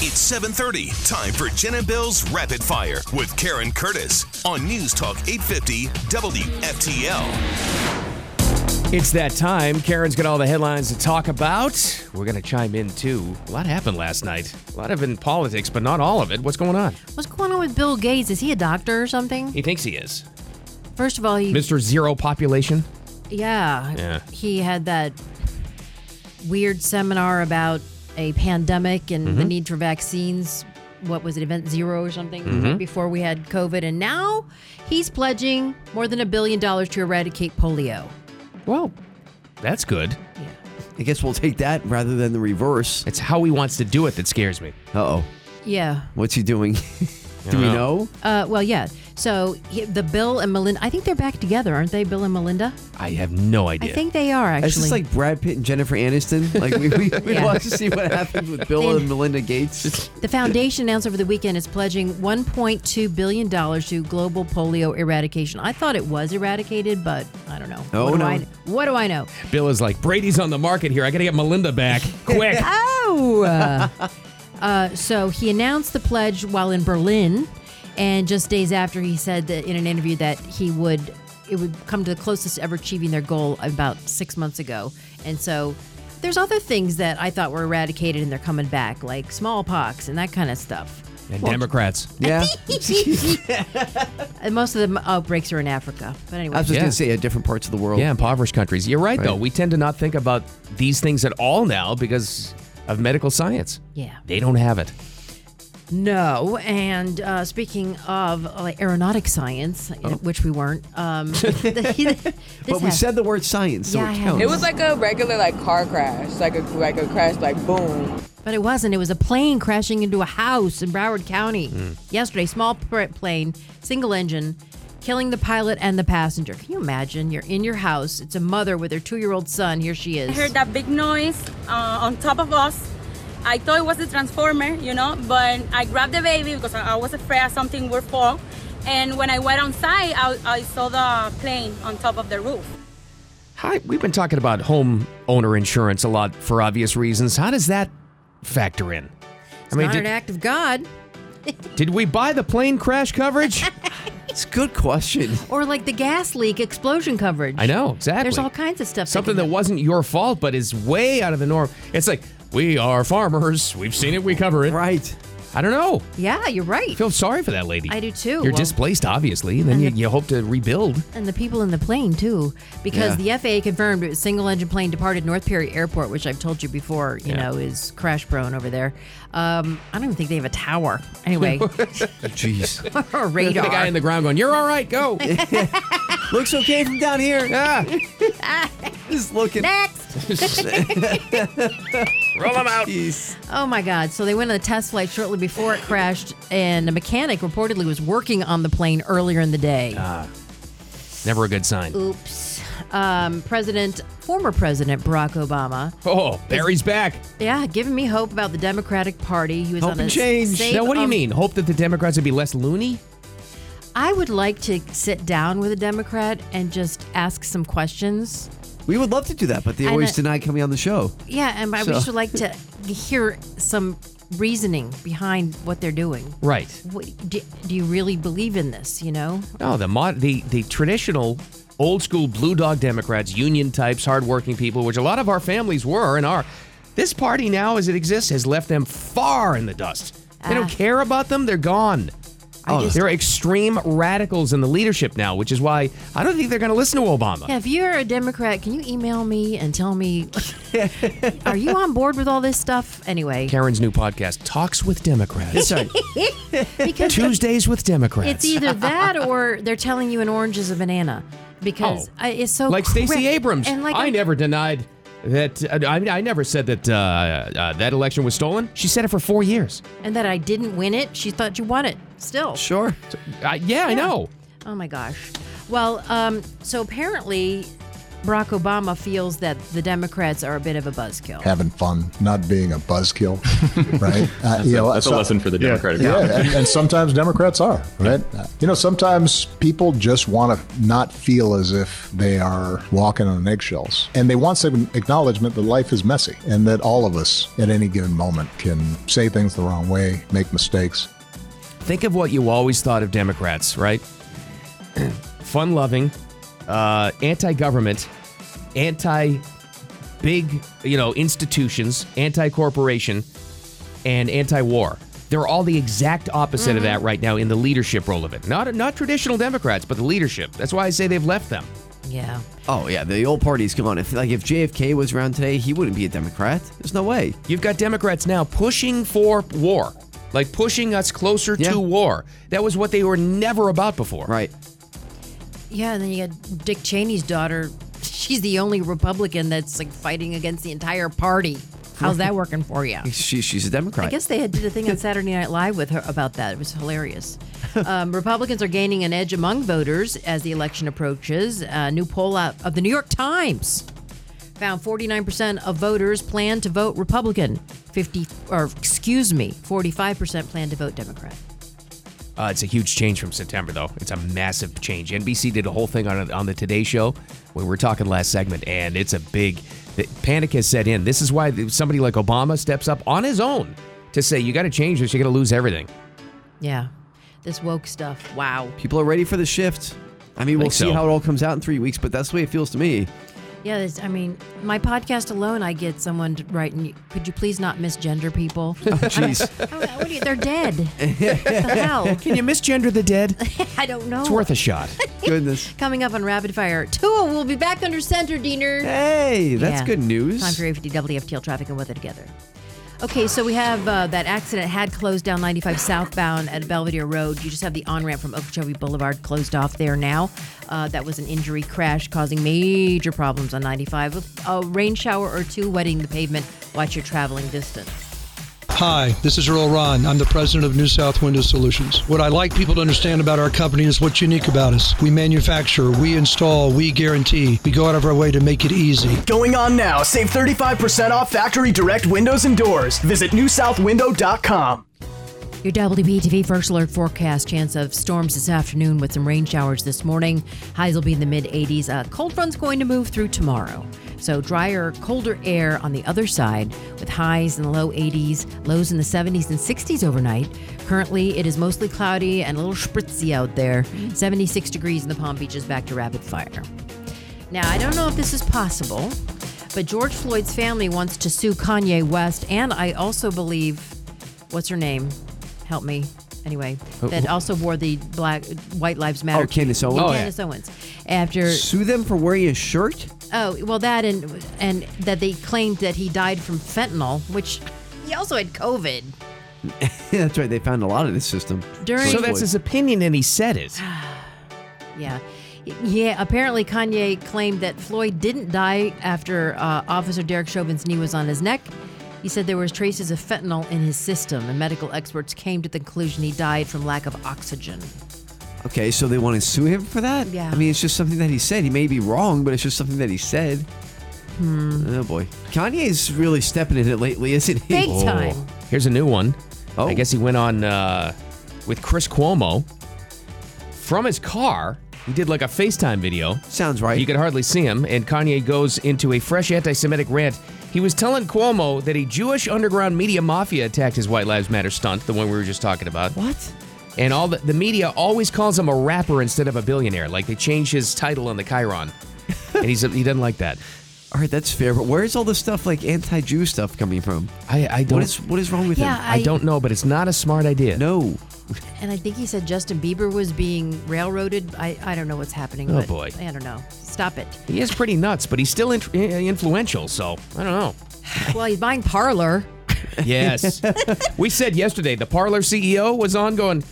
It's 7:30. Time for Jen and Bill's Rapid Fire with Karen Curtis on News Talk 850 WFTL. It's that time. Karen's got all the headlines to talk about. We're going to chime in too. A lot happened last night. A lot of it in politics, but not all of it. What's going on? What's going on with Bill Gates? Is he a doctor or something? He thinks he is. First of all, he Mr. Zero Population. yeah, Yeah. he had that weird seminar about a pandemic and Mm-hmm. the need for vaccines. What was it, Event Zero or something? Mm-hmm. Before we had COVID, and now he's pledging more than a billion dollars to eradicate polio. Well, that's good. I guess we'll take that rather than the reverse. It's how he wants to do it that scares me. Uh oh. Yeah. What's he doing? Do we know? Uh, well, yeah. So he, the Bill and Melinda, I think they're back together, aren't they? Bill and Melinda. I have no idea. I think they are actually. Is this like Brad Pitt and Jennifer Aniston? Like we, we, we Yeah. want to see what happens with Bill and Melinda Gates. The foundation announced over the weekend is pledging $1.2 billion to global polio eradication. I thought it was eradicated, but I don't know. Oh, what, do no. I, what do I know? Bill is like, Brady's on the market here. I got to get Melinda back. Quick. Oh! uh, so he announced the pledge while in Berlin, and just days after, he said that in an interview that he would it would come to the closest to ever achieving their goal about six months ago. And so there's other things that I thought were eradicated and they're coming back, like smallpox and that kind of stuff. and Democrats. Oh. Yeah. And most of the outbreaks are in Africa. But anyway, I was just Yeah. gonna say uh, different parts of the world. Yeah, impoverished countries. You're right, though. Right. We tend to not think about these things at all now because of medical science. Yeah. They don't have it. no. And uh, speaking of uh, aeronautic science, Oh. which we weren't, um, But we said the word science, so Yeah, I it had counts. it. It was like a regular like car crash, like a like a crash like boom. but it wasn't. It was a plane crashing into a house in Broward County Hmm. yesterday. Small pr- plane, single engine, killing the pilot and the passenger. Can you imagine? You're in your house. It's a mother with her two-year-old son. Here she is. I heard that big noise uh, on top of us. I thought it was the transformer, you know, but I grabbed the baby because I, I was afraid something would fall. And when I went outside, I, I saw the plane on top of the roof. Hi, we've been talking about homeowner insurance a lot for obvious reasons. How does that factor in? I mean, Not an did, act of God, did we buy the plane crash coverage? It's a good question. or like the gas leak explosion coverage. I know, exactly. There's all kinds of stuff. that Something that can happen. wasn't your fault, but is way out of the norm. It's like, we are farmers. We've seen it. We cover it. Right. I don't know. Yeah, you're right. I feel sorry for that lady. I do too. You're Well- displaced, obviously, and then you, you hope to rebuld. And the people in the plane, too, because Yeah. the FAA confirmed a single engine plane departed North Perry Airport, which I've told you before, you know, is crash prone over there. Um, I don't even think they have a tower. Anyway, Oh, Jeez. or a The radar. guy in the ground going, "You're all right. Go." Looks okay from down here. Ah, Just looking. Next! roll them out. Jeez. Oh my God. So they went on a test flight shortly before it crashed, and a mechanic reportedly was working on the plane earlier in the day. Ah. Never a good sign. Oops. Um, President, former President Barack Obama, Oh, Barry's back. yeah, giving me hope about the Democratic Party. He was Hope on and a change. Save now, what do you Am- mean? Hope that the Democrats would be less loony? I would like to sit down with a Democrat and just ask some questions. We would love to do that, but they And always it- deny coming on the show. Yeah, and I So- just would like to hear some reasoning behind what they're doing. Right. What, do, do you really believe in this? You know, No, Oh, the mod, the the traditional, old school blue dog Democrats, union types, hardworking people, which a lot of our families were and are. This party now, as it exists, has left them far in the dust. They don't Ah. care about them. They're gone. Oh, just- they're extreme radicals in the leadership now, which is why I don't think they're going to listen to Obama. yeah, if you're a Democrat, can you email me and tell me, are you on board with all this stuff? Anyway, Karen's new podcast talks with Democrats. Sorry. because Tuesdays with Democrats. it's either that or they're telling you an orange is a banana because Oh. I, it's so like cra- Stacey Abrams. And like I I'm- never denied that. Uh, I, I never said that uh, uh, that election was stolen. She said it for four years. and that I didn't win it. She thought you won it. Still, Sure. Uh, yeah, I know. Oh my gosh. Well, um, so apparently Barack Obama feels that the Democrats are a bit of a buzzkill. having fun, not being a buzzkill, right? Uh, you know, That's a so- lesson for the Democratic Yeah, Party. and, and sometimes Democrats are, right? Uh, You know, sometimes people just want to not feel as if they are walking on eggshells. And they want some acknowledgement that life is messy and that all of us at any given moment can say things the wrong way, make mistakes. Think of what you always thought of Democrats, right? Fun loving, uh, anti government, anti big, you know, institutions, anti corporation, and anti war. They're all the exact opposite Mm-hmm. of that right now in the leadership role of it. Not not traditional Democrats, but the leadership. That's why I say they've left them. yeah. Oh yeah, the old party's gone. If like if JFK was around today, he wouldn't be a Democrat. There's no way. You've got Democrats now pushing for war, like pushing us closer Yeah. to war. That was what they were never about before. Right. Yeah, and then you got Dick Cheney's daughter. She's the only Republican that's like fighting against the entire party. How's that working for you? She, she's a Democrat. I guess they had did a thing on Saturday Night Live with her about that. It was hilarious. Um, Republicans are gaining an edge among voters as the election approaches. A new poll out of the New York Times found 49% of voters plan to vote Republican. 50 or excuse me, 45% plan to vote Democrat. Uh, it's a huge change from September, though. It's a massive change. NBC did a whole thing on on the Today Show. We were talking last segment, and it's a big the, panic has set in. This is why somebody like Obama steps up on his own to say, "You got to change this. You're going to lose everything." Yeah. This woke stuff. Wow. People are ready for the shift. I mean, we'll Think see so. how it all comes out in three weeks, but that's the way it feels to me. Yeah, this, I mean, my podcast alone, I get someone to writing, could you please not misgender people? Jeez. Oh, what are you- they're dead. what the hell? Can you misgender the dead? I don't know. It's worth a shot. Goodness. Coming up on Rapid Fire, Tua will be back under center, Diener. Hey, that's Yeah. good news. Time for AFD WFTL traffic and weather together. Okay, so we have uh, that accident had closed down 95 southbound at Belvedere Road. You just have the on ramp from Okeechobee Boulevard closed off there now. Uh, that was an injury crash causing major problems on 95 with a rain shower or two wetting the pavement. Watch your traveling distance. Hi, this is Earl Ron. I'm the president of New South Window Solutions. What I like people to understand about our company is what's unique about us. We manufacture, we install, we guarantee. We go out of our way to make it easy. Going on now. Save 35% off factory direct windows and doors. Visit newsouthwindow.com. Your WBTV first alert forecast chance of storms this afternoon with some rain showers this morning. Highs will be in the mid 80s. A cold front's going to move through tomorrow. So drier, colder air on the other side with highs in the low 80s, lows in the 70s and 60s overnight. Currently, it is mostly cloudy and a little spritzy out there. 76 degrees in the Palm Beaches back to rapid fire. Now, I don't know if this is possible, but George Floyd's family wants to sue Kanye West, and I also believe, what's her name? Help me. Anyway, that also wore the black White Lives Matter. Oh, Candace Owens? Oh, yeah. Candace Owens. After Sue them for wearing a shirt? oh well that and and that they claimed that he died from fentanyl, which he also had COVID Yeah, that's right. They found a lot of this system. during. so that's his opinion, and he said it. Yeah. Yeah, apparently Kanye claimed that Floyd didn't die after uh, Officer Derek Chauvin's knee was on his neck. He said there was traces of fentanyl in his system, and medical experts came to the conclusion he died from lack of oxygen. Okay, so they want to sue him for that? Yeah. I mean, it's just something that he said. He may be wrong, but it's just something that he said. Oh boy, Kanye's really stepping in it lately, isn't he? Hmm. Big time. Oh. Here's a new one. Oh. I guess he went on uh, with Chris Cuomo from his car. He did like a FaceTime video. Sounds right. You could hardly see him. And Kanye goes into a fresh anti Semitic rant. He was telling Cuomo that a Jewish underground media mafia attacked his White Lives Matter stunt, the one we were just talking about. What? And all the, the media always calls him a rapper instead of a billionaire. Like they changed his title on the Chiron. and he's, he doesn't like that. All right, that's fair. But where's all this stuff like anti-Jew stuff coming from? I, I don't. What is what is wrong with Yeah, him? I, I- don't know, but it's not a smart idea. No. And I think he said Justin Bieber was being railroaded. I, I don't know what's happening. Oh, but boy. I don't know. Stop it. He is pretty nuts, but he's still int- influential. So I don't know. well, he's buying Parlor. Yes. we said yesterday the parlor CEO was on going,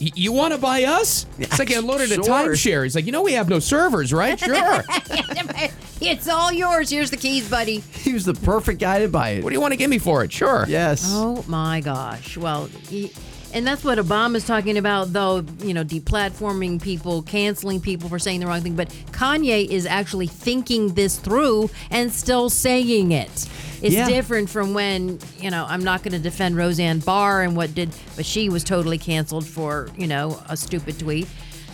"Y- You want to buy us? It's like he unloaded a Sure. timeshare. He's like, You know, we have no servers, right? Sure. what it's all yours. Here's the keys, buddy. He was the perfect guy to buy it. do you want to give me for it? Sure. Yes. Oh my gosh. Oh, Well, he, And that's what Obama's talking about, though, you know, deplatforming people, canceling people for saying the wrong thing. But Kanye is actually thinking this through and still saying it. It's Yeah. different from when, you know, I'm not going to defend Roseanne Barr and what did, but she was totally canceled for, you know, a stupid tweet.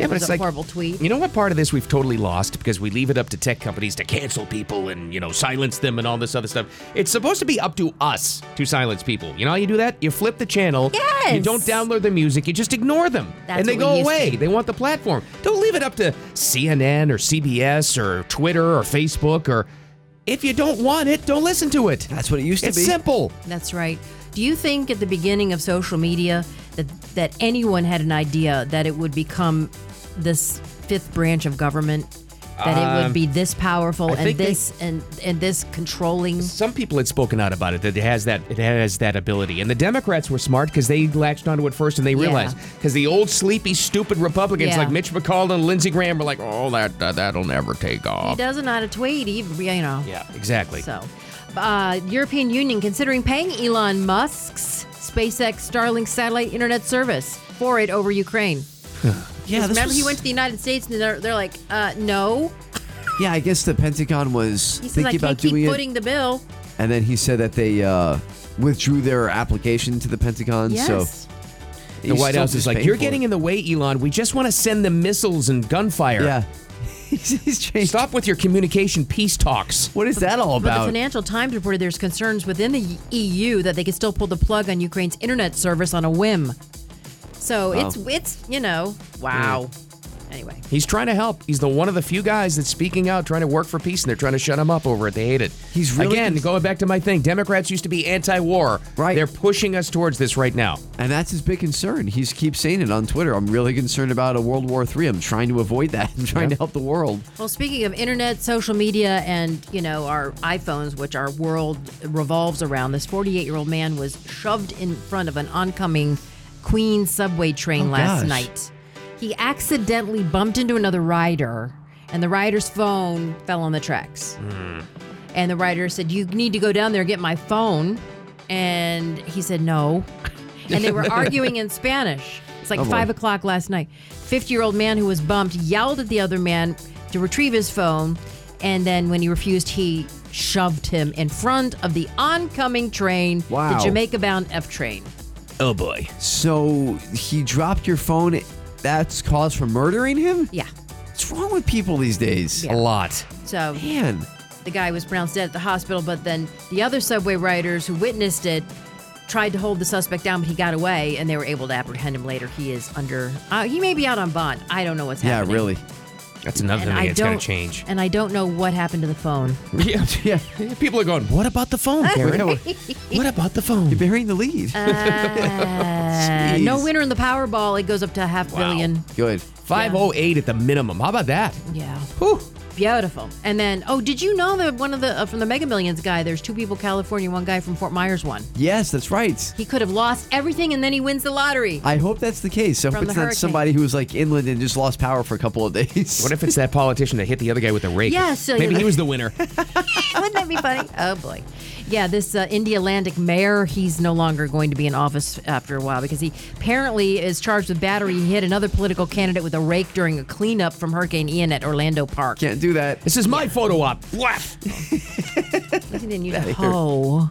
it was a horrible tweet. You know what part of this we've totally lost because we leave it up to tech companies to cancel people and, you know, silence them and all this other stuff. It's supposed to be up to us to silence people. You know how you do that? You flip the channel. Yes. You don't download the music. You just ignore them. That's and they what we go used away. to. They want the platform. Don't leave it up to CNN or CBS or Twitter or Facebook or if you don't want it, don't listen to it. That's what it used to it's be. simple. That's right. Do you think at the beginning of social media that that anyone had an idea that it would become this fifth branch of government? That it would be this powerful I and think they- this and and this controlling. Some people had spoken out about it that it has that it has that ability, and the Democrats were smart because they latched onto it first, and they realized because the old sleepy, stupid Republicans Yeah. like Mitch McConnell and Lindsey Graham were like, "Oh, that, that that'll never take He off." doesn't know how to tweet, even you know. Yeah, exactly. So, uh, European Union considering paying Elon Musk's SpaceX Starlink satellite internet service for it over Ukraine. Yeah, Remember, he went to the United States and they're, they're like, uh, no. yeah, I guess the Pentagon was He says, I thinking can't about keep doing footing it, the bill. and then he said that they uh, withdrew their application to the Pentagon. Yes. So the White House is like, "You're getting in the way, Elon. We just want to send the missiles and gunfire. Yeah, he's, he's changed. Stop with your communication peace talks." What is that all But the about? Financial Times reported there's concerns within the EU that they could still pull the plug on Ukraine's internet service on a whim. So it's it's you know wow. Anyway, He's trying to help. He's the one of the few guys that's speaking out, trying to work for peace, and they're trying to shut him up over it. They hate it. He's really- again going back to my thing. Democrats used to be anti-war. Right. They're pushing us towards this right now. and that's his big concern. He's keeps saying it on Twitter. I'm really concerned about a World War III. I'm trying to avoid that. I'm trying to help the world. well speaking of internet, social media, and you know our iPhones, which our world revolves around, this 48 year old man was shoved in front of an oncoming Queen subway train Oh, last gosh. night. He accidentally bumped into another rider, and the rider's phone fell on the tracks. Hmm. And the writer said, You need to go down there and get my phone. And he said, No. And they were arguing in Spanish. It's like Oh, five boy. o'clock last night. 50 year old man who was bumped yelled at the other man to retrieve his phone. And then when he refused, he shoved him in front of the oncoming train, Wow. the Jamaica bound F train. Oh boy. So he dropped your phone. That's cause for murdering him. Yeah. What's wrong with people these days? Yeah. A lot. So Man, the guy was pronounced dead at the hospital, but then the other subway riders who witnessed it tried to hold the suspect down, but he got away, and they were able to apprehend him later. He is under, uh, he may be out on bond. I don't know what's yeah, happening. really. That's another And thing I that's don't got to change. And I don't know what happened to the phone. Yeah, yeah. People are going, what about the phone, Karen? what about the phone? You're burying the lead. Uh, no winner in the Powerball. It goes up to a half billion. Good. 508 at the minimum. How about that? Yeah. Whew. Beautiful. And then, oh, did you know that one of the, uh, from the Mega Millions guy, there's two people, California, one guy from Fort Myers won. Yes, that's right. He could have lost everything and then he wins the lottery. I hope that's the case. I hope From it's the not somebody who was like inland and just lost power for a couple of days. What if it's that politician that hit the other guy with a rake? Yeah, so- Maybe he was the winner. Wouldn't that be funny? Oh boy. Yeah, this uh, India Landic mayor, he's no longer going to be in office after a while because he apparently is charged with battery. He hit another political candidate with a rake during a cleanup from Hurricane Ian at Orlando Park. Can't do that. this is my photo op. Blah. He didn't use a hoe.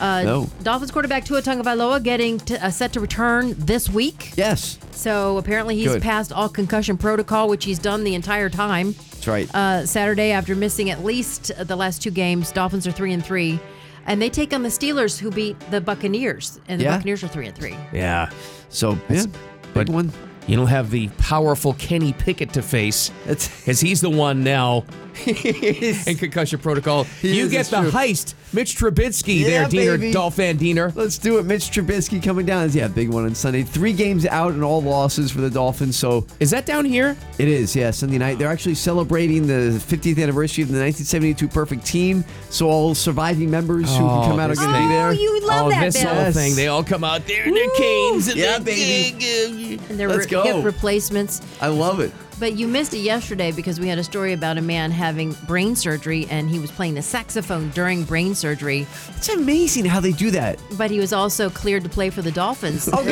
Uh, No. Dolphins quarterback Tua Tagovailoa getting t- uh, set to return this week. Yes, So apparently he's Good. passed all concussion protocol, which he's done the entire time. that's right. uh, Saturday after missing at least the last two games. Dolphins are three and three, and they take on the Steelers, who beat the Buccaneers, and the Yeah. Buccaneers are three and three. Yeah. so, yeah, but- big one. You don't have the powerful Kenny Pickett to face. That's- Because he's the one now in concussion protocol. you is, get it's the true. heist. Mitch Trubisky Yeah, there, Diener, baby. Dolph Van Diener. Let's do it. Mitch Trubisky coming down. Yeah, big one on Sunday. Three games out and all losses for the Dolphins. So Is that down here? it is. Yeah, Sunday night. They're actually celebrating the 50th anniversary of the 1972 Perfect Team. So all surviving members who can come out are this going to be thing. there. Oh, you love oh, that, this Bill. whole Yes. thing. They all come out there in their canes. And Yeah, they- baby. And they're Let's go. hip replacements. I love it. But you missed it yesterday because we had a story about a man having brain surgery and he was playing the saxophone during brain surgery, It's amazing how they do that. but he was also cleared to play for the Dolphins Oh,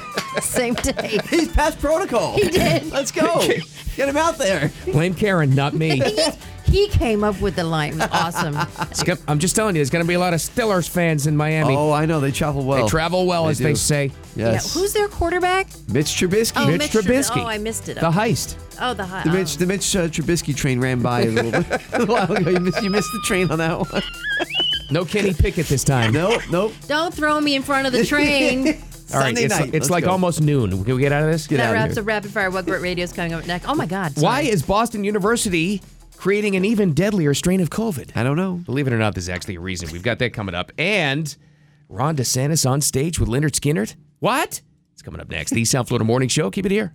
same day. He's past protocol. He did. Let's go. Get him out there. Blame Karen, not me. He came up with the line. It was awesome. It's go- I'm just telling you, there's going to be a lot of Steelers fans in Miami. Oh, I know. They travel well. They travel well, as they do. say. Yes. Yeah, who's their quarterback? Mitch Trubisky? Oh, Mitch Mitch Trub- Trubisky. oh, I missed it. The heist. Oh, the high. The Mitch, the Mitch uh, Trubisky train ran by a little bit a while ago. You missed, you missed the train on that one. No Kenny Pickett this time. Nope, nope. Don't throw me in front of the train. All right, Sunday it's, night. it's Let's like go. almost noon. Can we get out of this? Get that out of wraps here. up rapid fire. What great radio is coming up next? Oh my God! sorry. Why is Boston University creating an even deadlier strain of COVID? I don't know. Believe it or not, there's actually a reason. We've got that coming up. And Ron DeSantis on stage with Leonard Skinnert. What? It's coming up next. The South Florida Morning Show. Keep it here.